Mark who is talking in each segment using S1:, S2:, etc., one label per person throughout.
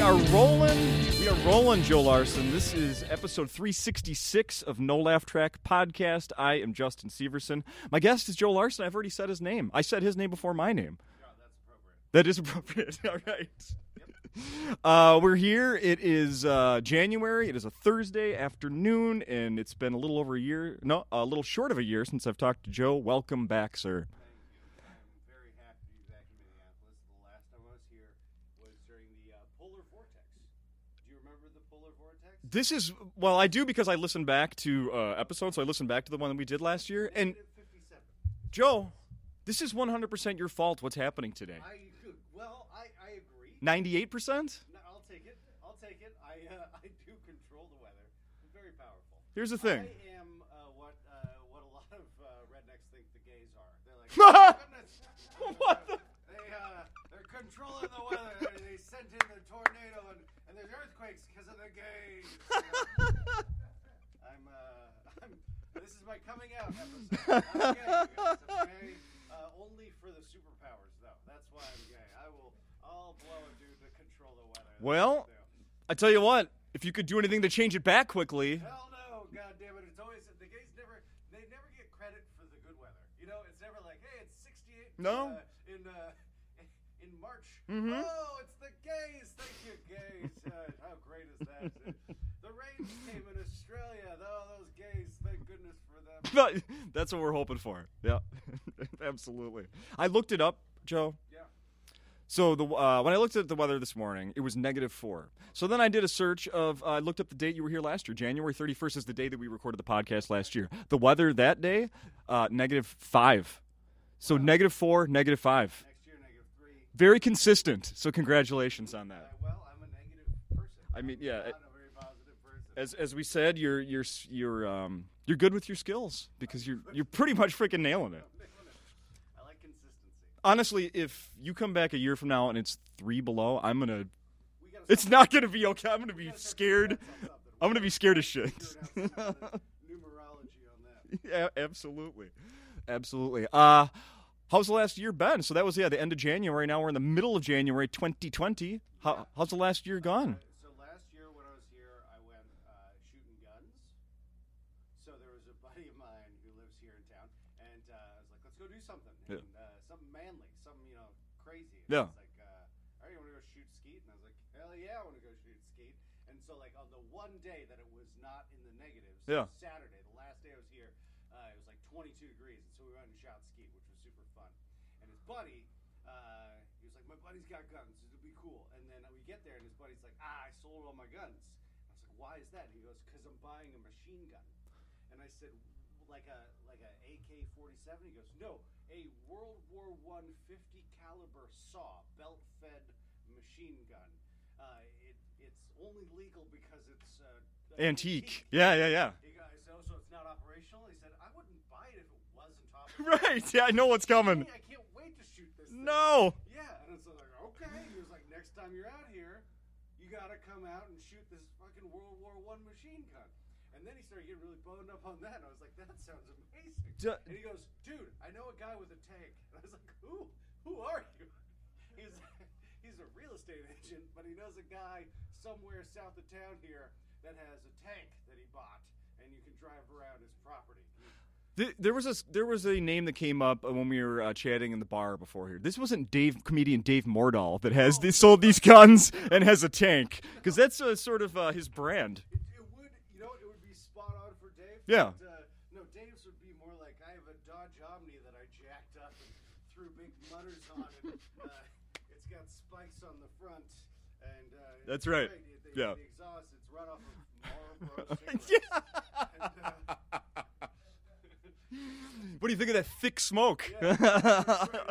S1: are rolling. We are rolling, Joe Larson. This is episode 366 of No Laugh Track Podcast. I am Justin Severson. My guest is Joe Larson. I've already said his name. I said his name before my name. That is appropriate. All right. Uh, we're here. It is uh, January. It is a Thursday afternoon, and it's been a little over a year, no, a little short of a year since I've talked to Joe. Welcome back, sir.
S2: very happy to be back in Minneapolis. The last time I was here was during the uh, polar vortex. Do you remember the polar vortex?
S1: This is well, I do because I listen back to uh, episodes. So I listen back to the one that we did last year. And
S2: Minute 57.
S1: Joe, this is 100% your fault. What's happening today?
S2: I well, I, I agree.
S1: 98%.
S2: No, I'll take it. I'll take it. I uh, I do control the weather. I'm very powerful.
S1: Here's the thing.
S2: I am uh, what uh, what a lot of uh, rednecks think the gays are. They're like, "Oh, goodness."
S1: What the-
S2: They uh, they're controlling the weather. and they sent in the tornado and, and there's earthquakes because of the gays. I'm uh, I'm. This is my coming out episode. I'm gay, you guys, okay? Uh, only for the superpowers, though. That's why I'm gay. I will. I'll blow a dude to control the weather. That's what
S1: Well,
S2: I'll do.
S1: I tell you what, if you could do anything to change it back quickly,
S2: Hell no, God damn it! It's always the gays never they never get credit for the good weather. You know, it's never like, hey, it's 68.
S1: No.
S2: uh, in uh, in March.
S1: Mhm.
S2: Oh, it's the gays. Thank you, gays. uh, how great is that? Uh, the rains came in Australia. Oh, those gays. Thank goodness for them.
S1: but that's what we're hoping for. Yeah, absolutely. I looked it up, Joe.
S2: Yeah.
S1: So the uh, when I looked at the weather this morning, it was negative four. So then I did a search of uh, I looked up the date you were here last year. January thirty first is the day that we recorded the podcast last year. The weather that day, uh, negative five. So negative four, negative five.
S2: Next year, negative three.
S1: Very consistent. So congratulations on
S2: Uh,
S1: that.
S2: well, I'm a negative person.
S1: I mean, yeah,
S2: I'm not a very positive person.
S1: As as we said, you're you're s- you're um you're good with your skills because you're you're pretty much freaking nailing it.
S2: I like consistency.
S1: Honestly, if you come back a year from now and it's three below, I'm gonna.
S2: We gotta
S1: It's not gonna be okay. I'm gonna be
S2: start-
S1: scared. I'm gonna be scared of shit.
S2: figuring out some kind of numerology on that.
S1: yeah, absolutely, absolutely. Uh, how's the last year been? So that was yeah, the end of January. Now we're in the middle of January, 2020. How, how's the last year gone?
S2: Uh, So last year when I was here, I went uh, shooting guns. So there was a buddy of mine who lives here in town, and uh, I was like, "Let's go do something,
S1: Yeah.
S2: and, uh, something manly, something you know crazy." And
S1: Yeah.
S2: I was like, uh, "All right, you want to go shoot skeet?" And I was like, "Hell yeah, I want to go shoot skeet." And so like on the one day that it was not in the negatives,
S1: Yeah.
S2: Saturday, the last day I was here, uh, it was like 22 degrees, and so we went and shot skeet, which was super fun. And his buddy, uh, he was like, "My buddy's got guns. It'll be cool." And then we get there, and his buddy's like, "Ah, I sold all my guns." I was like, "Why is that?" And he goes, "Cause I'm buying a machine gun." And I said, "Like a like a AK-47?" He goes, "No, a World War One 50 caliber saw, belt-fed machine gun. Uh, it, it's only legal because it's uh,
S1: Antique. Yeah, yeah, yeah.
S2: He goes, "Oh, so it's not operational." He said, "I wouldn't buy it if it wasn't operational."
S1: Right. Yeah, I know what's coming.
S2: Hey, I can't wait to shoot this. thing."
S1: No.
S2: Yeah, and it's like, okay. He was like, next time you're out here, you gotta come out and shoot this fucking World War One machine gun. And then he started getting really boned up on that, and I was like, that sounds amazing.
S1: Ju-
S2: and he goes, dude, I know a guy with a tank. And I was like, who? Who are you? He's he's a real estate agent, but he knows a guy somewhere south of town here that has a tank that he bought, and you can drive around his property.
S1: Th- There was a s- there was a name that came up uh, when we were uh, chatting in the bar before here. This wasn't Dave comedian Dave Mordahl that has this, sold these guns and has a tank because that's uh, sort of uh, his brand.
S2: It, it would, you know, it would be spot on for Dave.
S1: Yeah.
S2: but, uh, no, Dave's would be more like I have a Dodge Omni that I jacked up and threw big mutters on, and uh, it's got spikes on the front, and uh,
S1: That's
S2: it's
S1: right.
S2: great. The,
S1: Yeah.
S2: the exhaust, it's right off of Marlboro.
S1: Yeah.
S2: cigarettes. And, uh,
S1: What do you think of that thick smoke?
S2: Yeah.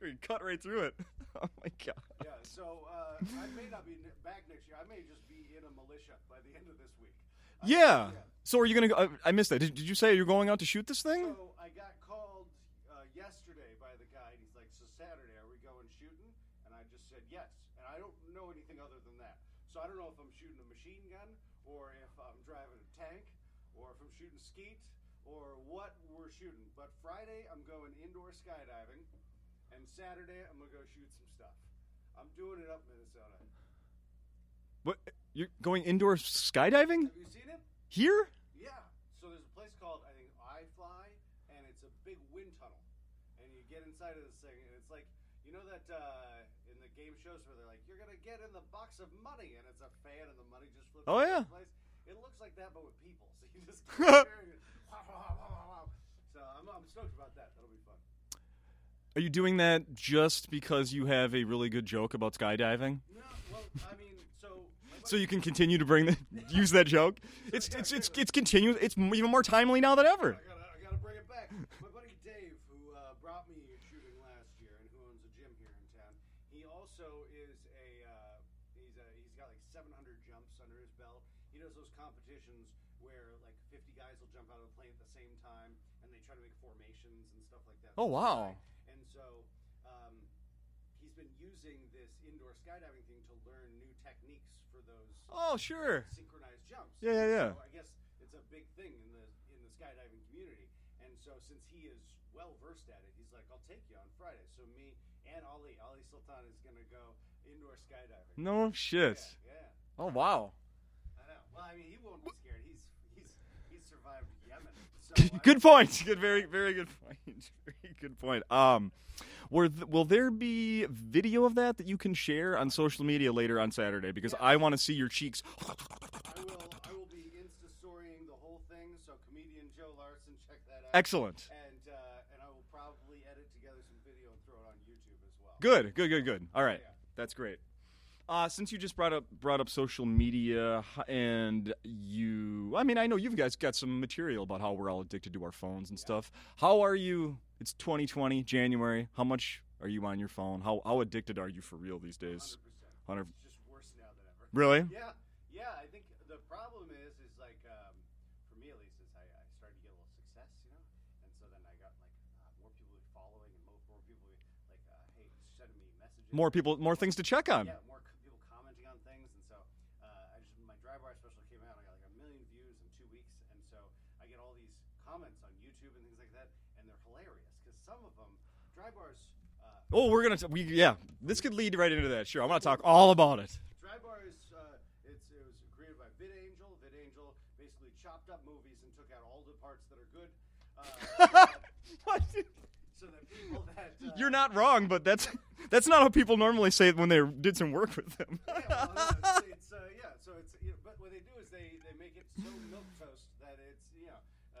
S1: You cut right through it. Oh my god.
S2: yeah, so uh, I may not be n- back next year. I may just be in a militia by the end of this week. Uh,
S1: Yeah. So are you gonna? Go, uh, I missed that. Did, did you say you're going out to shoot this thing?
S2: So I got called uh, yesterday by the guy, and he's like, "So Saturday, are we going shooting?" And I just said yes, and I don't know anything other than that. So I don't know if I'm shooting a machine gun, or if I'm driving a tank, or if I'm shooting skeet, or what we're shooting. But Friday, I'm going indoor skydiving, and Saturday, I'm gonna go shoot some stuff. I'm doing it up in Minnesota.
S1: What? You're going indoor skydiving
S2: Have you seen it?
S1: here?
S2: Yeah. So there's a place called I think I Fly, and it's a big wind tunnel, and you get inside of this thing, and it's like you know that uh, in the game shows where they're like you're gonna get in the box of money, and it's a fan, and the money just flips.
S1: Oh,
S2: all over
S1: yeah.
S2: the Place. It looks like that, but with people. So you just keep hearing it. Wow, wow, wow, wow, wow. So I'm, I'm stoked about that. That'll be fun.
S1: Are you doing that just because you have a really good joke about skydiving?
S2: No, well, I mean, so my
S1: So
S2: buddy-
S1: you can continue to bring the use that joke. It's it's it's it's continuous. It's m- even more timely now than ever.
S2: I gotta, I gotta bring it back. My buddy Dave, who uh, brought me shooting last year and who owns a gym here in town, he also is a uh, he's a, he's got like 700 jumps under his belt. He does those competitions where like 50 guys will jump out of the plane at the same time and they try to make formations and stuff like that.
S1: Oh, wow.
S2: And so um, he's been using this indoor skydiving thing to learn new techniques for those
S1: Oh sure.
S2: synchronized jumps.
S1: Yeah, yeah, yeah.
S2: So I guess it's a big thing in the in the skydiving community. And so since he is well versed at it, he's like, "I'll take you on Friday." So me and Ali, Ali Sultan is gonna go indoor skydiving.
S1: No shit.
S2: Yeah,
S1: Oh wow.
S2: yeah, I know. Well, I mean, he won't be scared. He's he's he's survived Yemen. So I-
S1: good point. Good, very, very good point. Very good point. Um, were th- will there be video of that that you can share on social media later on Saturday? Because I want to see your cheeks.
S2: I will I will be insta storying the whole thing. So comedian Joe Larson, check that out.
S1: Excellent.
S2: And uh, and I will probably edit together some video and throw it on YouTube as well.
S1: Good, good, good, good. All right,
S2: Yeah.
S1: that's great. Uh, since you just brought up brought up social media h- and you, I mean, I know you've guys got some material about how we're all addicted to our phones and stuff. How are you? It's 2020, January. How much are you on your phone? How how addicted are you for real these days?
S2: 100%.
S1: 100.
S2: It's just worse now than ever.
S1: Really?
S2: Yeah, yeah. I think the problem is, is like um, for me at least, is I, I started to get a little success, you know, and so then I got like uh, more people following and more, more people like uh, hey, sending me messages.
S1: More people, more things to check on.
S2: Yeah, more c- people commenting on things, and so uh, I just my dry bar special came out. I got like a million views in two weeks, and so I get all these comments on YouTube and things like that, and they're hilarious because some of them dry bars. Uh,
S1: Oh, we're gonna t- we yeah. This could lead right into that. Sure, I want to talk all about it.
S2: Drybar is uh, it's, it was created by VidAngel. VidAngel basically chopped up movies and took out all the parts that are good, uh, so that people that uh,
S1: You're not wrong, but that's that's not how people normally say it when they did some work with them.
S2: yeah, well, it's, it's uh, yeah. So it's you know, but what they do is they they make it so milk toast that it's you know, uh,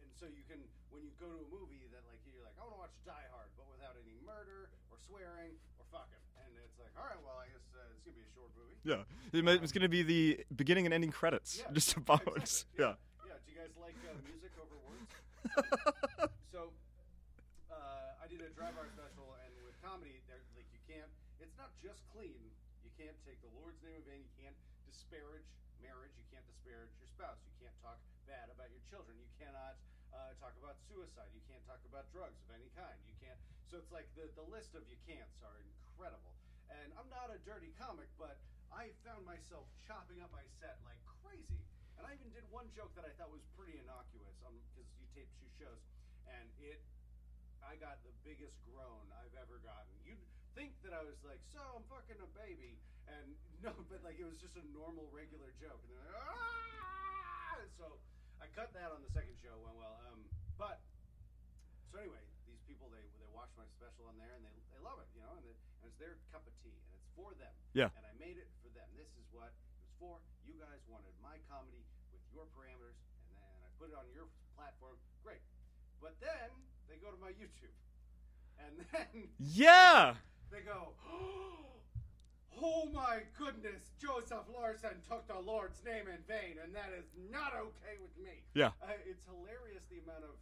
S2: and so you can when you go to a movie that like you're like I want to watch Die Hard, but without any murder or swearing or fucking, and it's like all right, well I guess uh, it's gonna be a short movie.
S1: yeah, It might- it's gonna be the beginning and ending credits,
S2: Yeah,
S1: just about.
S2: Exactly,
S1: Yeah.
S2: Yeah. Do you guys like uh, music over words? So, uh, I did a dry bar special, and with comedy, there like you can't. It's not just clean. You can't take the Lord's name in vain. You can't disparage marriage. You can't disparage your spouse. You can't talk bad about your children. You cannot uh, talk about suicide. You can't talk about drugs of any kind. You can't. So it's like the the list of you can'ts are incredible. And I'm not a dirty comic, but I found myself chopping up my set like crazy. And I even did one joke that I thought was pretty innocuous because you taped two shows, and it, I got the biggest groan I've ever gotten. You'd think that I was like, so I'm fucking a baby, and no, but like it was just a normal, regular joke, and they're like, ah! And so I cut that on the second show. Went well, um, but so anyway, these people they they watch my special on there and they, they love it, you know, and, it, and it's their cup of tea and it's for them.
S1: Yeah.
S2: And I made it for them. This is what it was for. You guys wanted my comedy with your parameters, and then I put it on your platform. Great. But then they go to my YouTube, and then
S1: Yeah.
S2: they go, oh my goodness, Joseph Larson took the Lord's name in vain, and that is not okay with me.
S1: Yeah.
S2: Uh, it's hilarious the amount of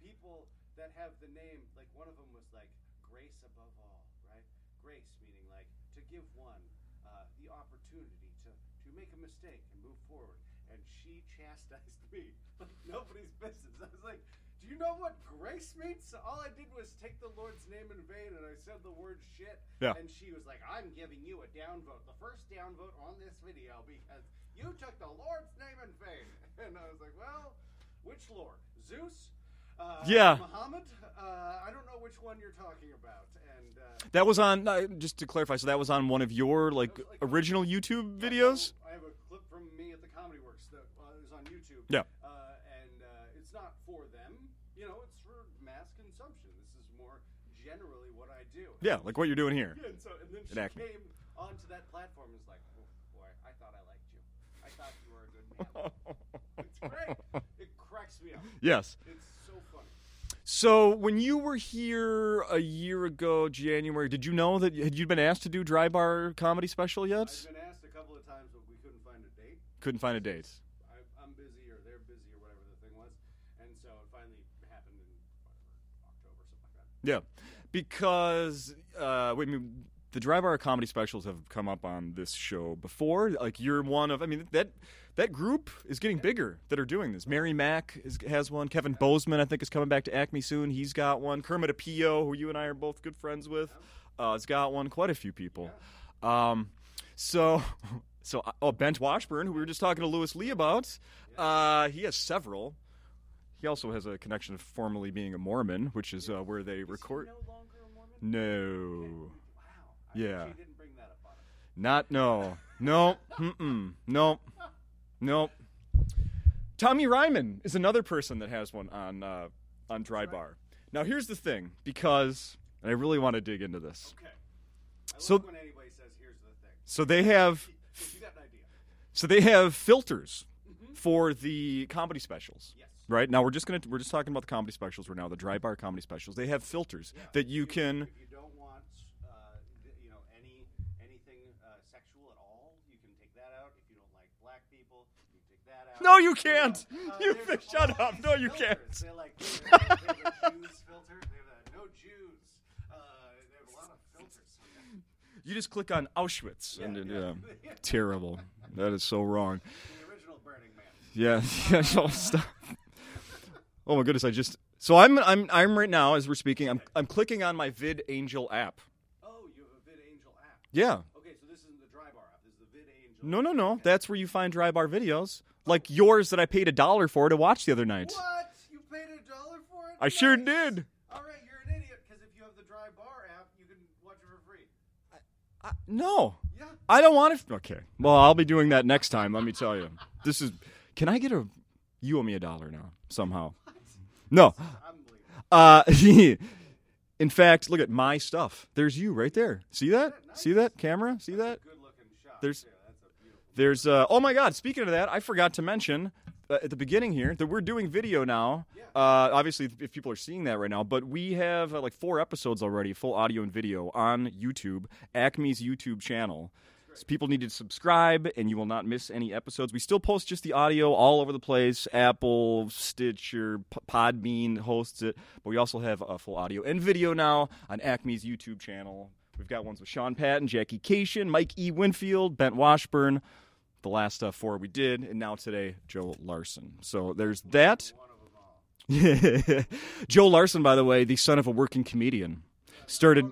S2: people that have the name, like one of them was like, grace above all, right? Grace meaning like to give one uh, the opportunity to, to make a mistake and move forward. And she chastised me like nobody's business. I was like, do you know what grace means? All I did was take the Lord's name in vain and I said the word shit.
S1: Yeah.
S2: And she was like, I'm giving you a downvote, the first downvote on this video because you took the Lord's name in vain. And I was like, well, which Lord? Zeus? Uh,
S1: Yeah.
S2: Muhammad? uh, I don't know which one you're talking about. And uh,
S1: That was on, uh, just to clarify, so that was on one of your, like,
S2: That was, like,
S1: original YouTube
S2: yeah,
S1: videos?
S2: I have a clip from me at the Comedy Works that uh, is on YouTube.
S1: Yeah.
S2: Uh, and uh, it's not for them. You know, it's for mass consumption. This is more generally what I do.
S1: Yeah, like what you're doing here.
S2: Yeah, and so and then she
S1: An Acme.
S2: came onto that platform and was like, oh, boy, I thought I liked you. I thought you were a good man. it's great. It cracks me up.
S1: yes.
S2: It's so funny.
S1: So when you were here a year ago, January, did you know that had you been asked to do Dry Bar comedy special yet?
S2: I've been asked a couple of times, but we couldn't find a date.
S1: Couldn't find a date.
S2: I, I'm busy or they're busy or whatever the thing was. And so it finally happened in whatever, October, something like that.
S1: Yeah, because uh, wait, I mean, the Dry Bar comedy specials have come up on this show before. Like you're one of, I mean that that group is getting bigger that are doing this. Mary Mack is, has one. Kevin Bozeman, I think, is coming back to Acme soon. He's got one. Kermit Apio, who you and I are both good friends with, uh, has got one. Quite a few people. Um, so. So, oh, Bent Washburn, who we were just talking to Lewis Lee about, uh, he has several. He also has a connection of formerly being a Mormon, which is uh, where they
S2: Is he
S1: record.
S2: no longer a
S1: No,
S2: Mormon? Wow. I
S1: Yeah.
S2: She didn't bring that up on it.
S1: not no, no, mm-mm, no, no. Tommy Ryman is another person that has one on uh, on Dry Bar. Now here's the thing, because and I really want to dig into this.
S2: Okay. I love
S1: So-
S2: when anybody says, here's the thing.
S1: So they have
S2: You got an idea.
S1: so they have filters for the comedy specials.
S2: Yes.
S1: Right now, we're just gonna we're just talking about the comedy specials. We're now the Dry Bar comedy specials. They have filters that you can.
S2: If you don't want, uh, th- you know, any anything uh, sexual at all, you can take that out. If you don't like black people, you can take that out.
S1: No, you can't.
S2: know, uh,
S1: You
S2: there's
S1: shut
S2: all
S1: up.
S2: these
S1: No, you
S2: filters.
S1: can't.
S2: They like they have, they have a Jews filter. They have a no Jews. Uh, they have a lot of filters.
S1: You just click on Auschwitz and it,
S2: yeah.
S1: um, terrible. That is so wrong.
S2: The original Burning Man.
S1: Yeah, yeah, no, stop. Oh my goodness, I just so I'm I'm I'm right now as we're speaking, I'm I'm clicking on my Vid Angel app.
S2: Oh, you have a VidAngel app.
S1: Yeah.
S2: Okay, so this isn't the Dry Bar app. This is the VidAngel.
S1: No, no, no. That's where you find dry bar videos like yours that I paid a dollar for to watch the other night.
S2: What? You paid a dollar for it?
S1: I sure
S2: Nice.
S1: did.
S2: All right, you're an idiot because if you have the Dry Bar app, you can watch it for free.
S1: I, no.
S2: Yeah.
S1: I don't want it. Okay. Well, I'll be doing that next time, let me tell you. This is Can I get a you owe me a dollar now somehow. No.
S2: Unbelievable.
S1: Uh, in fact, look at my stuff. There's you right there. See that? See that camera? See that?
S2: Good looking shot.
S1: Uh, There's-
S2: too. That's a beautiful.
S1: There's uh, oh my God! Speaking of that, I forgot to mention uh, at the beginning here that we're doing video now.
S2: Yeah.
S1: Uh, obviously, if people are seeing that right now, but we have uh, like four episodes already, full audio and video on YouTube, Acme's YouTube channel. So people need to subscribe, and you will not miss any episodes. We still post just the audio all over the place. Apple, Stitcher, P- Podbean hosts it, but we also have uh, full audio and video now on Acme's YouTube channel. We've got ones with Sean Patton, Jackie Cation, Mike E. Winfield, Bent Washburn, the last uh, four we did, and now today, Joe Larson. So there's that. Joe Larson, by the way, the son of a working comedian, started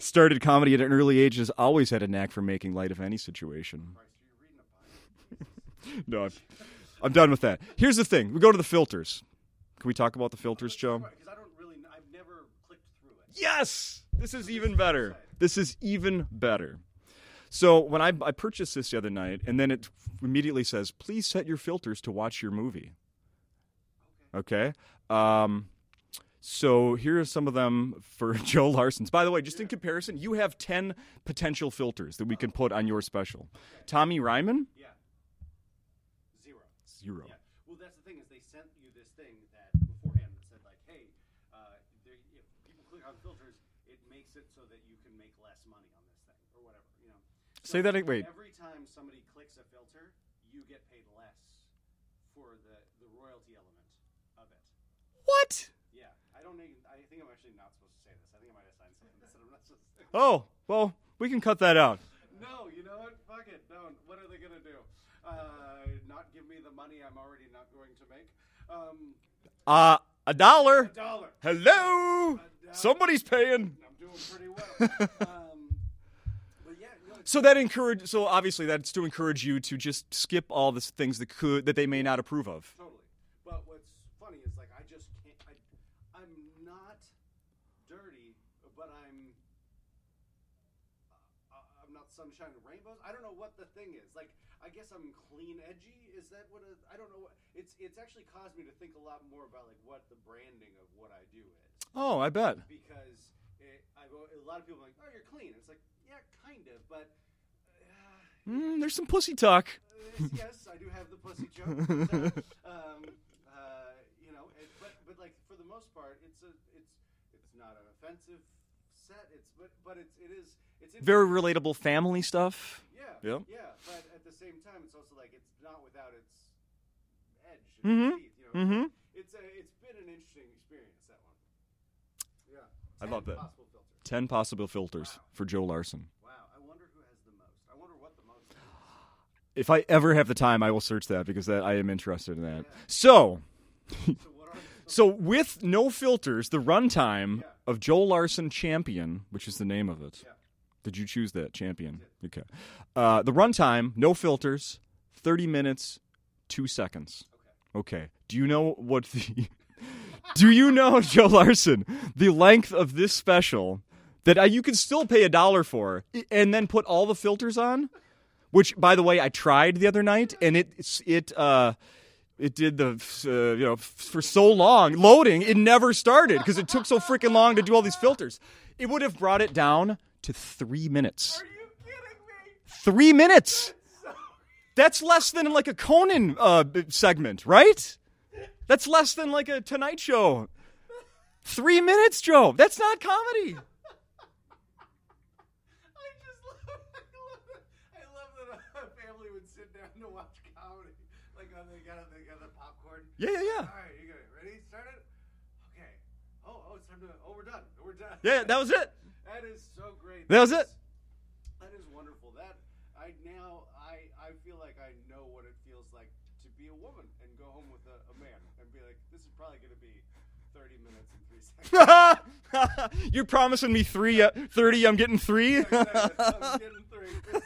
S1: started comedy at an early age. and Has always had a knack for making light of any situation. no, I'm, I'm done with that. Here's the thing: we go to the filters. Can we talk about the filters, Joe?
S2: Because I don't really. kn- I've never clicked through it.
S1: Yes, this is even better. This is even better. So when I, I purchased this the other night, and then it immediately says, "Please set your filters to watch your movie." Okay. Um, so here are some of them for Joe Larson's. By the way, just in comparison, you have ten potential filters that we can put on your special. Tommy Ryman,
S2: Yeah. Zero.
S1: zero.
S2: Yeah. Well, that's the thing is they sent you this thing that beforehand that said like, hey, uh, there, if people click on filters, it makes it so that you can make less money on this thing or whatever. You know.
S1: Say that ag- wait.
S2: Every time somebody clicks a filter, you get paid less for the the royalty element of it.
S1: What?
S2: Yeah, I don't think I think I'm actually not supposed to say this. I think I might have signed something that said I'm not supposed to. Say.
S1: Oh, well, we can cut that out.
S2: No, you know what? Fuck it. No, what are they gonna do? Uh, not give me the money I'm already not going to make. Um,
S1: Uh, a dollar.
S2: dollar.
S1: Hello. Somebody's paying.
S2: I'm doing pretty well. um, but yeah, no, it's
S1: So that encourage. So obviously, that's to encourage you to just skip all the things that could that they may not approve of.
S2: totally. But what's funny is like I just can't. I, I'm not dirty, but I'm uh, I'm not sunshine and rainbows. I don't know what the thing is. Like, I guess I'm clean edgy. Is that what? I I don't know. What, it's it's actually caused me to think a lot more about like what the branding of what I do is
S1: Oh, I bet.
S2: because it, I, go- a lot of people are like, oh, you're clean. It's like, yeah, kind of, but uh,
S1: Mm, there's some pussy talk.
S2: Yes, yes, I do have the pussy joke. but, um, uh, you know, it, but but like for the most part, it's a it's it's not an offensive set. It's but but it's it is it's
S1: Very relatable family stuff.
S2: yeah
S1: Yeah.
S2: yeah. But at the same time, it's also like it's not without its edge. And
S1: Mhm.
S2: teeth, you know,
S1: Mm-hmm.
S2: it's a, it's been an interesting experience that one. Yeah,
S1: I love
S2: Ten
S1: that.
S2: Possible filter.
S1: Ten possible filters
S2: Wow.
S1: for Joe Larson.
S2: Wow, I wonder who has the most. I wonder what the most. Is.
S1: If I ever have the time, I will search that because that I am interested in that.
S2: Yeah.
S1: So,
S2: So what are the
S1: so with no filters, the runtime of Joe Larson Champion, which is the name of it.
S2: Yeah.
S1: Did you choose that Champion? Okay. Uh, the runtime, no filters, thirty minutes, two seconds. Okay. Do you know what the? Do you know Joe Larson the length of this special that I, you can still pay a dollar for i- and then put all the filters on? Which, by the way, I tried the other night and it it's- it uh. It did the uh, you know f- for so long loading it never started because it took so freaking long to do all these filters. It would have brought it down to three minutes.
S2: Are you kidding me?
S1: Three minutes.
S2: So.
S1: That's less than like a Conan uh, b- segment, right? That's less than like a Tonight Show. Three minutes, Joe. That's not comedy.
S2: I just love, I love, that- I love that a family would sit down to watch comedy. Like, oh, they got, they got the popcorn.
S1: Yeah, yeah, yeah.
S2: All right, you got it. Ready? Start it. Okay. Oh, oh, it's time to. Oh, we're done. We're done.
S1: Yeah, that was it.
S2: That is so great.
S1: That was
S2: is-
S1: it.
S2: That is wonderful. That I now I I feel like I know what it feels like to be a woman and go home with a, a man and be like, this is probably going to be thirty minutes and three seconds.
S1: You're promising me three, uh, 30, I'm getting three?
S2: I'm getting three.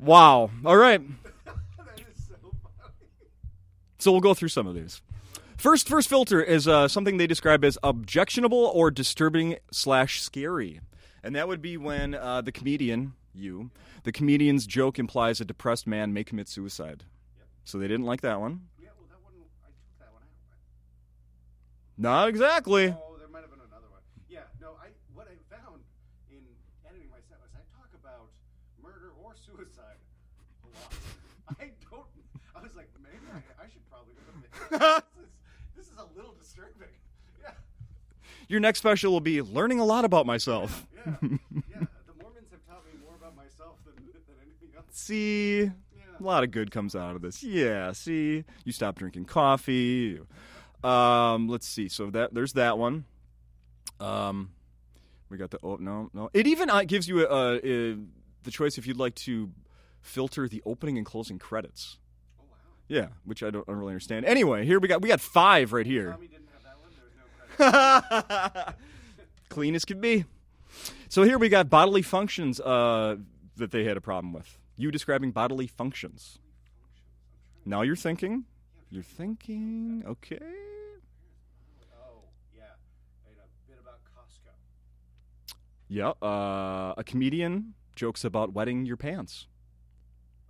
S1: wow. All right.
S2: that is so funny.
S1: So we'll go through some of these. First, first filter is uh, something they describe as objectionable or disturbing slash scary, and that would be when uh, the comedian, you, the comedian's joke implies a depressed man may commit suicide. So they didn't like that one.
S2: Yeah, well, that one, I took that one out. Right?
S1: Not exactly.
S2: Oh, there might have been another one. Yeah, no, I what I found in editing my set was I talk about murder or suicide a lot. I don't. I was like, maybe I, I should probably go to this. is- this is a little disturbing. Yeah,
S1: Your next special will be learning a lot about myself.
S2: yeah, yeah. The Mormons have taught me more about myself than, than anything else.
S1: See,
S2: Yeah.
S1: a lot of good comes out of this. Yeah. See, you stop drinking coffee. Um, let's see. So that there's that one. Um, we got the oh no no. It even uh, gives you a, a, a, the choice if you'd like to filter the opening and closing credits.
S2: Oh wow.
S1: Yeah, which I don't, I don't really understand. Anyway, here we got we got five right here.
S2: Tommy didn't have that one. There was no credit.
S1: Clean as could be. So here we got bodily functions uh, that they had a problem with. You describing bodily functions. Now you're thinking. You're thinking. Okay.
S2: Oh yeah, and a bit about Costco.
S1: Yeah. Uh, a comedian jokes about wetting your pants.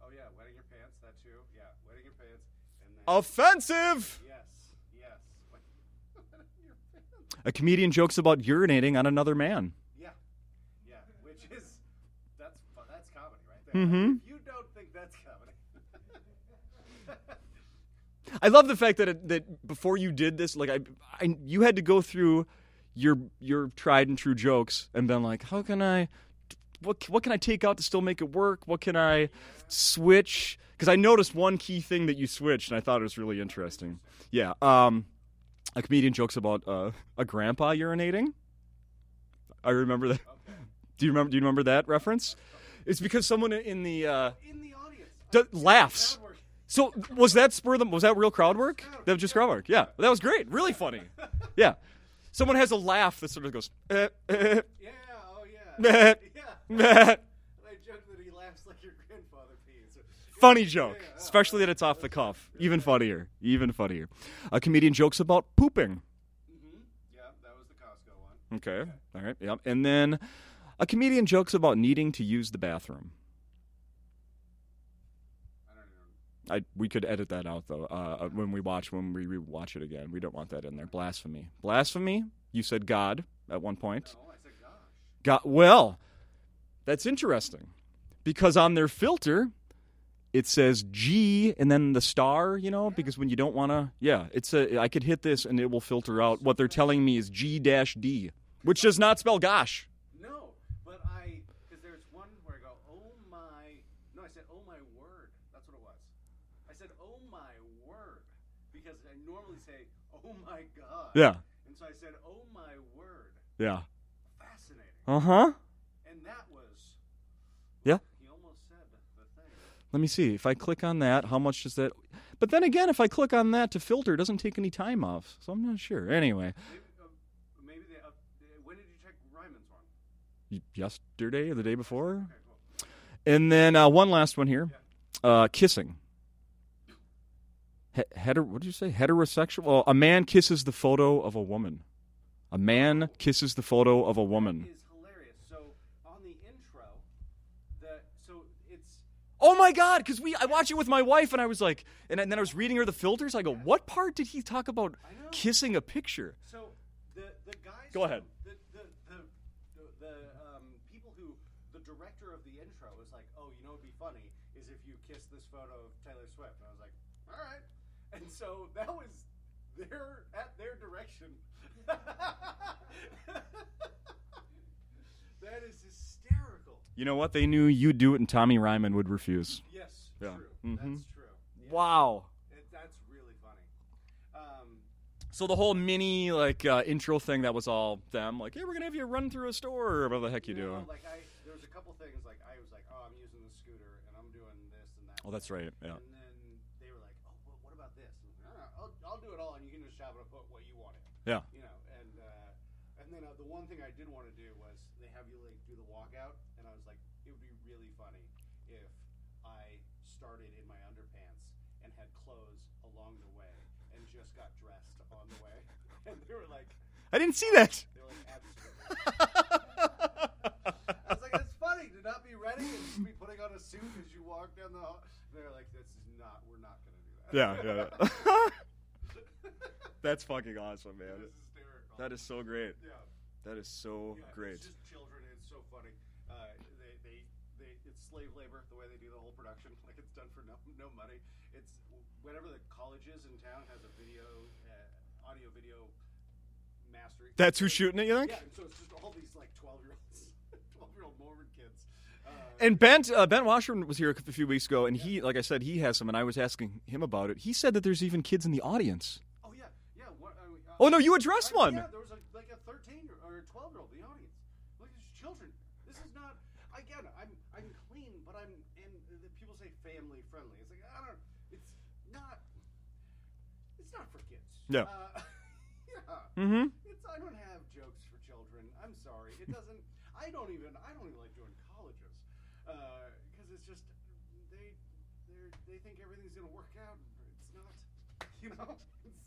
S2: Oh yeah, wetting your pants. That too. Yeah, wetting your pants. And then
S1: Oh. Offensive.
S2: yes, yes. Wet- wetting your pants.
S1: A comedian jokes about urinating on another man.
S2: Yeah, yeah. Which is that's fu- that's comedy right there.
S1: Mhm.
S2: If you don't think that's comedy.
S1: I love the fact that it, that before you did this, like I, I, you had to go through your your tried and true jokes and been like, how can I, what what can I take out to still make it work? What can I switch? Because I noticed one key thing that you switched, and I thought it was really interesting. Yeah, um, a comedian jokes about uh, a grandpa urinating. I remember that.
S2: Okay.
S1: Do you remember? Do you remember that reference? It's because someone in the uh,
S2: In the audience.
S1: d-
S2: I-
S1: laughs.
S2: crowd work.
S1: So was that spur them? Was that real crowd work? That was just crowd work. Yeah, that was great. Really funny. Yeah, someone has a laugh that sort of goes. "Eh, eh,
S2: Yeah. Oh yeah. yeah.
S1: eh."
S2: And I joked that he laughs like your grandfather pees.
S1: funny joke, especially that it's off the cuff. Even funnier. Even funnier. A comedian jokes about pooping.
S2: Mm-hmm. Yeah, that was the Costco one.
S1: Okay. All right. Yep. And then a comedian jokes about needing to use the bathroom.
S2: I don't even.
S1: I we could edit that out though. Uh, uh, when we watch when we rewatch it again, we don't want that in there. Blasphemy. Blasphemy. You said God at one point.
S2: No, I said gosh.
S1: God. Well, that's interesting because on their filter it says G and then the star. You know, because when you don't want to, yeah, it's a. I could hit this and it will filter out what they're telling me is G dash D, which does not spell gosh.
S2: No, but I because there's one where I go, oh my. No, I said oh my word. That's what it was. I said oh my word because I normally say oh my god.
S1: Yeah.
S2: And so I said oh my word.
S1: Yeah.
S2: Fascinating.
S1: Uh huh.
S2: And that was.
S1: Yeah.
S2: He almost said the, the thing.
S1: Let me see. If I click on that, how much does that? But then again, if I click on that to filter, it doesn't take any time off, so I'm not sure. Anyway,
S2: Maybe, uh, maybe they up. they- When did you check Ryman's one?
S1: y- yesterday or the day before,
S2: Okay, cool.
S1: and then uh, one last one here, uh, kissing. He- heter- what did you say? Heterosexual. Oh, a man kisses the photo of a woman. A man kisses the photo of a woman.
S2: Is hilarious. So on the intro, the so it's
S1: Oh my God! Because we, I watched it with my wife, and I was like, and, and then I was reading her the filters. I go, what part did he talk about
S2: know.
S1: kissing a picture?
S2: So the the guys.
S1: Go ahead.
S2: The the the, the, the um, people who the director of the intro was like, oh, you know, what'd be funny is if you kissed this photo of Taylor Swift. And I was like, all right. And so that was their at their direction. that is hysterical.
S1: You know what? They knew you'd do it, and Tommy Ryman would refuse.
S2: Yes,
S1: Yeah.
S2: true.
S1: Mhm.
S2: That's true.
S1: Wow.
S2: It, that's really funny. Um,
S1: So the whole mini like uh, intro thing that was all them like, hey, we're gonna have you run through a store or whatever the heck you do.
S2: No, like I, there was a couple things like I was like, oh, I'm using the scooter and I'm doing this and that.
S1: Oh, that's right. Yeah.
S2: And then they were like, oh, well, what about this? And I was like, "Ah, I'll, I'll do it all, and you can just shop it up, put what you want it.
S1: Yeah.
S2: You know, and uh, and then uh, the one thing I did want to do was they have you like do the walkout, and I was like, it would be really funny if I started in my underpants and had clothes along the way and just got dressed on the way, and they were like,
S1: I didn't see that.
S2: they were like, absolutely. I was like, that's funny to not be ready and just be putting on a suit as you walk down the hall. They're like, this is not, we're not going to do that.
S1: yeah, yeah. yeah. That's fucking awesome,
S2: It
S1: man.
S2: is hysterical.
S1: That is so great.
S2: yeah,
S1: That is so
S2: yeah,
S1: great.
S2: It's just children, and it's so funny. Uh, they, they, they, it's slave labor, the way they do the whole production. Like, it's done for no, no money. It's whatever the colleges in town has a video, uh, audio video mastery.
S1: That's who's shooting it, you think?
S2: Yeah, and so it's just all these, like, 12 year olds, 12 year old Mormon kids. Uh,
S1: And Ben uh, Ben Washburn was here a few weeks ago, and he, like I said, he has some, and I was asking him about it. He said that there's even kids in the audience.
S2: Oh yeah, yeah. What, I mean, uh,
S1: Oh no, you addressed
S2: I-
S1: one.
S2: Yeah, there was a, like a thirteen or- or a twelve year old in the audience. Look, there's children. This is not. I get it. I'm I'm clean, but I'm and uh, the people say family friendly. It's like I don't. It's not. It's not for kids.
S1: Yeah.
S2: Uh, yeah.
S1: Mm-hmm.
S2: It's I don't have jokes for children. I'm sorry. It doesn't. I don't even. I don't even like doing colleges because it's just they they they think everything's gonna work out. and It's not. You know. It's,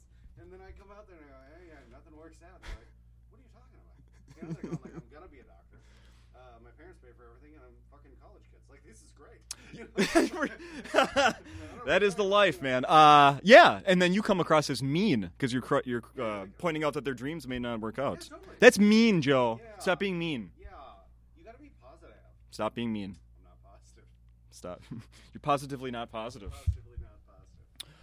S2: and then I come out there and I go, hey, yeah, nothing works out. They're like, what are you talking about? You know, they're going like, I'm gonna be a doctor. Uh, my parents pay for everything, and I'm fucking college kids. Like this is great. You know?
S1: that is the life, man. Uh, yeah, and then you come across as mean because you're cr- you're uh, pointing out that their dreams may not work out.
S2: Yeah, totally.
S1: That's mean, Joe.
S2: Yeah.
S1: Stop being mean.
S2: Yeah, you gotta be positive.
S1: Stop being mean.
S2: I'm not positive.
S1: Stop. you're positively not positive.
S2: Positively not positive.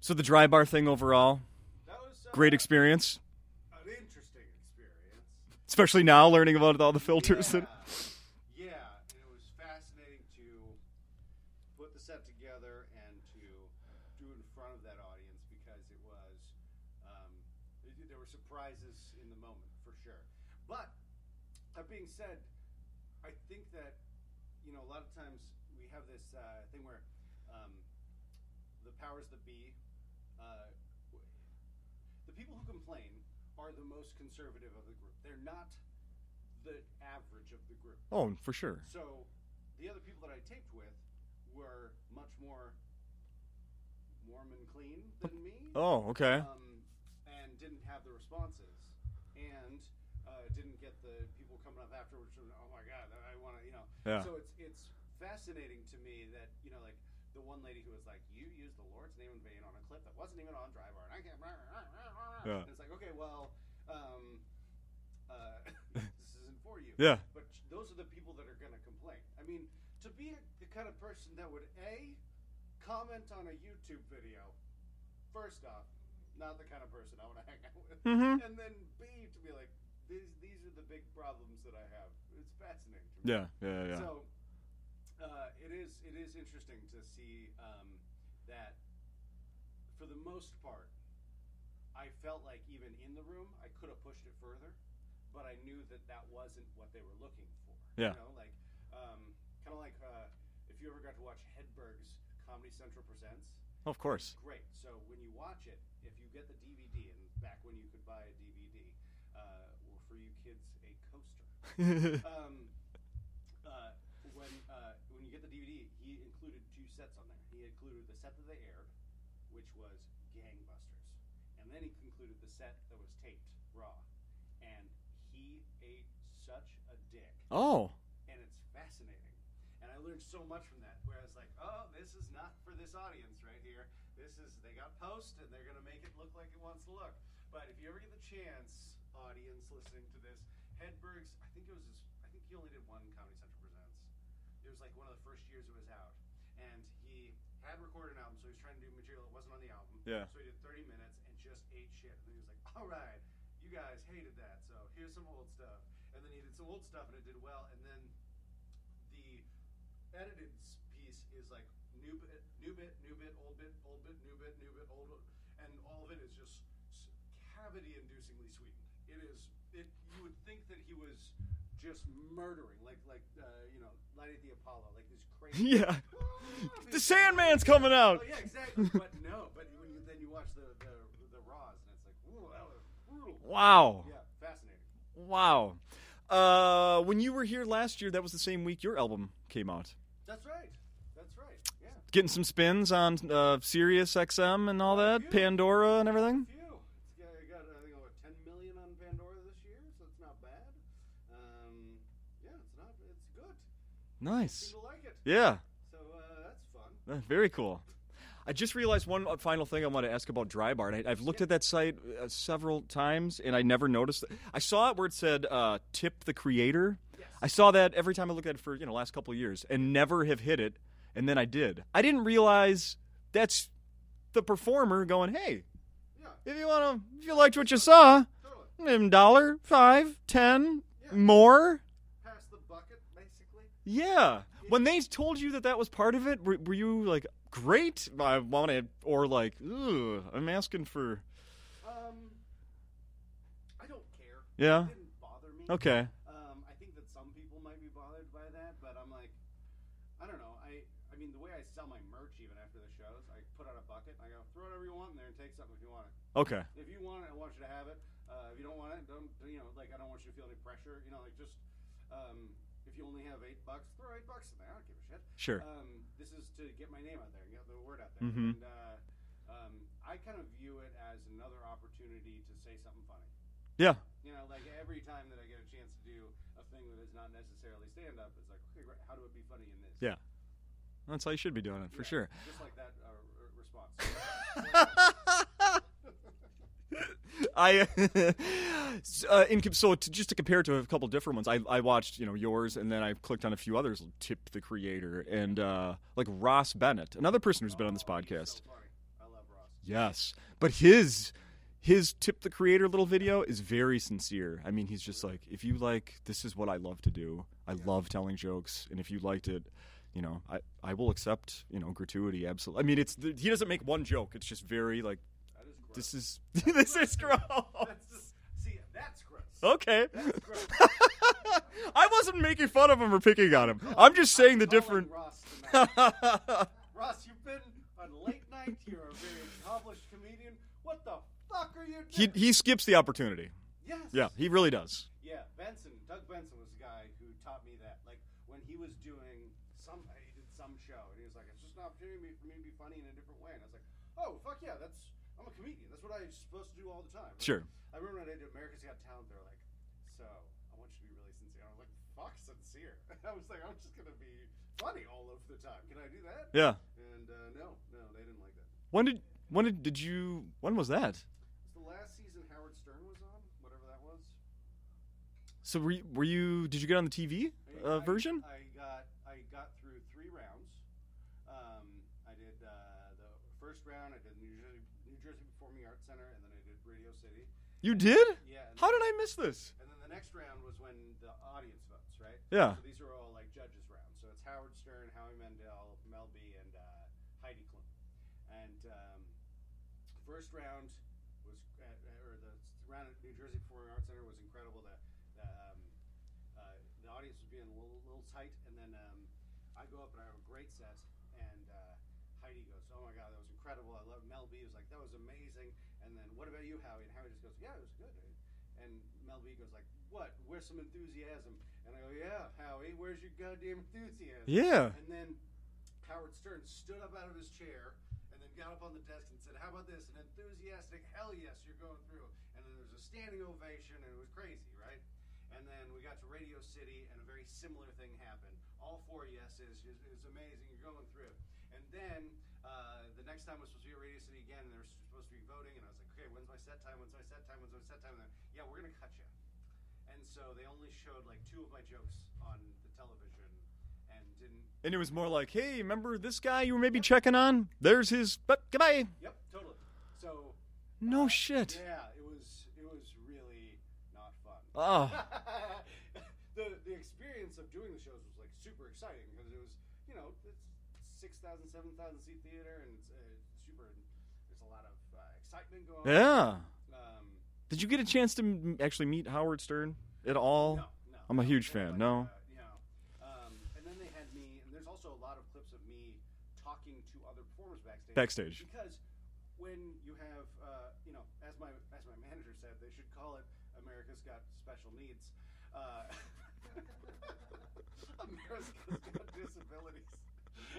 S1: So the dry bar thing overall,
S2: That was uh,
S1: great experience,
S2: An interesting experience.
S1: especially now learning about all the filters.
S2: Yeah.
S1: And-
S2: yeah, and it was fascinating to put the set together and to do it in front of that audience because it was um, it- there were surprises in the moment for sure. But that being said, I think that you know a lot of times we have this uh, thing where um, the powers that be, uh, w- the people who complain, are the most conservative of the group. They're not the average of the group.
S1: oh, for sure.
S2: So the other people that I taped with were much more warm and clean than me.
S1: Oh, okay.
S2: Um, and didn't have the responses, and uh, didn't get the people coming up afterwards. who, Oh my God, I want to, you know.
S1: Yeah.
S2: So it's it's fascinating to me that you know, like the one lady who was like, "You used the Lord's name in vain on a clip that wasn't even on Drybar," and I can't.
S1: Yeah.
S2: And it's like, okay, well, um, uh, this isn't for you.
S1: Yeah.
S2: But those are the people that are going to complain. I mean, to be the kind of person that would a comment on a YouTube video, first off, not the kind of person I want to hang out with.
S1: Mm-hmm.
S2: And then B to be like, these these are the big problems that I have. It's fascinating. To me.
S1: Yeah, yeah, yeah.
S2: So uh, it is it is interesting to see um, that for the most part, I felt like even in the room I could have pushed it further, but I knew that that wasn't what they were looking for.
S1: Yeah.
S2: You know, like um, kind of like uh, if you ever got to watch Hedberg's Comedy Central Presents.
S1: of course.
S2: Great. So when you watch it, if you get the DVD, and back when you could buy a DVD, uh, or for you kids, a coaster um, uh, when uh, when you get the DVD, he included two sets on there. He included the set that they aired, which was Gangbusters, and then he concluded the set that was taped raw, and he ate such a dick,
S1: oh,
S2: and it's fascinating. And I learned so much from that. Where I was like, oh, this is not for this audience right here. This is they got post, and they're gonna make it look like it wants to look. But if you ever get the chance, audience listening to this, Hedberg's, I think it was his, I think he only did one Comedy Central Presents. It was like one of the first years it was out. And he had recorded an album, so he was trying to do material that wasn't on the album.
S1: Yeah.
S2: So he did 30 minutes and just ate shit. And then he was like, all right, you guys hated that, so here's some old stuff. And then he did some old stuff and it did well. And then the edited s- piece is like new bit, new bit, new bit, old bit, old bit, new bit, new bit, old, bit, and all of it is just s- cavity-inducingly sweetened. It is. It you would think that he was just murdering, like like uh, you know, Light at the Apollo, like this crazy.
S1: yeah. The Sandman's coming out.
S2: Oh yeah, exactly. but no, but when you then you watch the the, the Raws and it's like, ooh, that was brutal.
S1: Wow.
S2: Yeah, fascinating.
S1: Wow. Uh, when you were here last year, that was the same week your album came out.
S2: That's right. That's right. Yeah.
S1: Getting some spins on uh, Sirius XM and all that, Pandora and everything.
S2: Phew. It's got, it got I think over 10 million on Pandora this year, so it's not bad. Um, yeah, it's not. It's good.
S1: Nice.
S2: People like it,
S1: Yeah,
S2: so uh, that's fun.
S1: uh, very cool. I just realized one uh, final thing I want to ask about Drybar. and I, I've looked at that site uh, several times, and I never noticed. That. I saw it where it said uh, "tip the creator."
S2: Yes.
S1: I saw that every time I looked at it for you know last couple of years, and never have hit it. And then I did. I didn't realize that's the performer going, "Hey,
S2: Yeah,
S1: if you want to, if you liked what you saw,
S2: totally.
S1: mm, dollar five, ten
S2: Yeah.
S1: more."
S2: Pass the bucket, basically.
S1: Yeah. When they told you that that was part of it, were, were you like, great, I want it, or like, ugh, I'm asking for,
S2: Um, I don't care.
S1: yeah,
S2: It didn't bother me.
S1: okay,
S2: Um, I think that some people might be bothered by that, but I'm like, I don't know. I I mean, the way I sell my merch even after the shows, I put out a bucket. and I go, throw whatever you want in there and take something if you want it.
S1: okay,
S2: If you want it, I want you to have it. Uh, if you don't want it, don't you know? Like I don't want you to feel any pressure. You know, like just um, if you only have eight bucks, throw eight bucks in there. I don't give a shit.
S1: sure,
S2: Um, this is to get my name out there, and get the word out there.
S1: Mhm.
S2: And uh, um, I kind of view it as another opportunity to say something funny.
S1: yeah,
S2: You know, like every time that I get a chance to do a thing that is not necessarily stand up, it's like, okay, great, how do it be funny in this?
S1: Yeah, that's how you should be doing it for sure.
S2: Yeah, Just like that uh, r- response.
S1: I s- uh, in, com- so to, just to compare it to a couple different ones, I, I watched you know yours, and then I clicked on a few others, Tip the Creator, and uh, like Ross Bennett, another person who's been on this
S2: Oh, he's
S1: podcast.
S2: So funny. I love Ross.
S1: Yes, but his his tip the creator little video is very sincere. I mean, he's just like, if you like, this is what I love to do. I love telling jokes, and if you liked it, you know, I I will accept you know gratuity. Absolutely. I mean, it's the, he doesn't make one joke. It's just very like
S2: That is gross.
S1: this is this is gross.
S2: That's just, see, that's gross.
S1: Okay.
S2: That's gross.
S1: I wasn't making fun of him or picking on him. I'm just saying the
S2: Calling
S1: different.
S2: Ross, tonight. Ross, you've been on late night. You're a very accomplished comedian. What the fuck are you
S1: he
S2: doing?
S1: he skips the opportunity.
S2: yes.
S1: Yeah, he really does.
S2: Yeah. Benson, Doug Benson was the guy who taught me that. Like when he was doing some, he did some show, and he was like, "I an opportunity for me to be funny in a different way. And I was like, oh, fuck yeah, that's, I'm a comedian. That's what I'm supposed to do all the time. right?
S1: Sure.
S2: I remember when I did America's Got Talent, they were like, so, I want you to be really sincere. I was like, fuck sincere. I was like, I'm just going to be funny all of the time. Can I do that?
S1: Yeah.
S2: And uh, no, no, they didn't like that.
S1: When did when did, did you when was that?
S2: It's the last season Howard Stern was on, whatever that was.
S1: So were you, were you did you get on the TV
S2: I-
S1: uh,
S2: I-
S1: version?
S2: I got I got through three rounds. Um, I did uh, the first round. I did New Jersey New Jersey Performing Arts Center, and then I did Radio City.
S1: You did?
S2: Yeah. And
S1: How
S2: then,
S1: did I miss this?
S2: And then the next round was when the audience votes, right?
S1: Yeah.
S2: So these are all like judges rounds. So it's Howard Stern, Howie Mandel, Mel B, and uh, Heidi Klum. And um, first round was, uh, uh, or the round at New Jersey Performing Arts Center was incredible. The the, um, uh, the audience was being a little, little tight, and then um, I go up and I have a great set, and uh, Heidi goes, "Oh my god, that was incredible! I love." Mel B was like, "That was amazing," and then, "What about you, Howie?" And Howie just goes, "Yeah, it was good." And Mel B goes like, "What? Where's some enthusiasm?" And I go, "Yeah, Howie, where's your goddamn enthusiasm?"
S1: Yeah.
S2: And then Howard Stern stood up out of his chair and then got up on the desk and said, How about this? An enthusiastic, hell yes, you're going through. And then there was a standing ovation and it was crazy, right? And then we got to Radio City and a very similar thing happened. All four yeses. It's, it's amazing. You're going through. And then uh, the next time was supposed to be at Radio City again and there was supposed to be voting. And I was like, Okay, when's my set time? When's my set time? When's my set time? And they're, yeah, we're going to cut you. And so they only showed like two of my jokes on the television and didn't
S1: And it was more like, hey, remember this guy you were maybe checking on? There's his. But goodbye.
S2: Yep, totally. So
S1: No
S2: uh,
S1: shit.
S2: Yeah, it was it was really not fun.
S1: Oh,
S2: the the experience of doing the shows was like super exciting because it was you know it's 6,000, 7,000 seat theater and it's uh, super. There's a lot of uh, excitement going.
S1: yeah.
S2: on. Um,
S1: Did you get a chance to m- actually meet Howard Stern at all?
S2: no, no,
S1: I'm a
S2: no,
S1: huge
S2: they're
S1: fan,
S2: like,
S1: no.
S2: uh, you know, um, and then they had me, and there's also a lot of clips of me talking to other performers backstage.
S1: Backstage.
S2: Because when you have, uh, you know, as my as my manager said, they should call it America's Got Special Needs. Uh, America's Got Disabilities.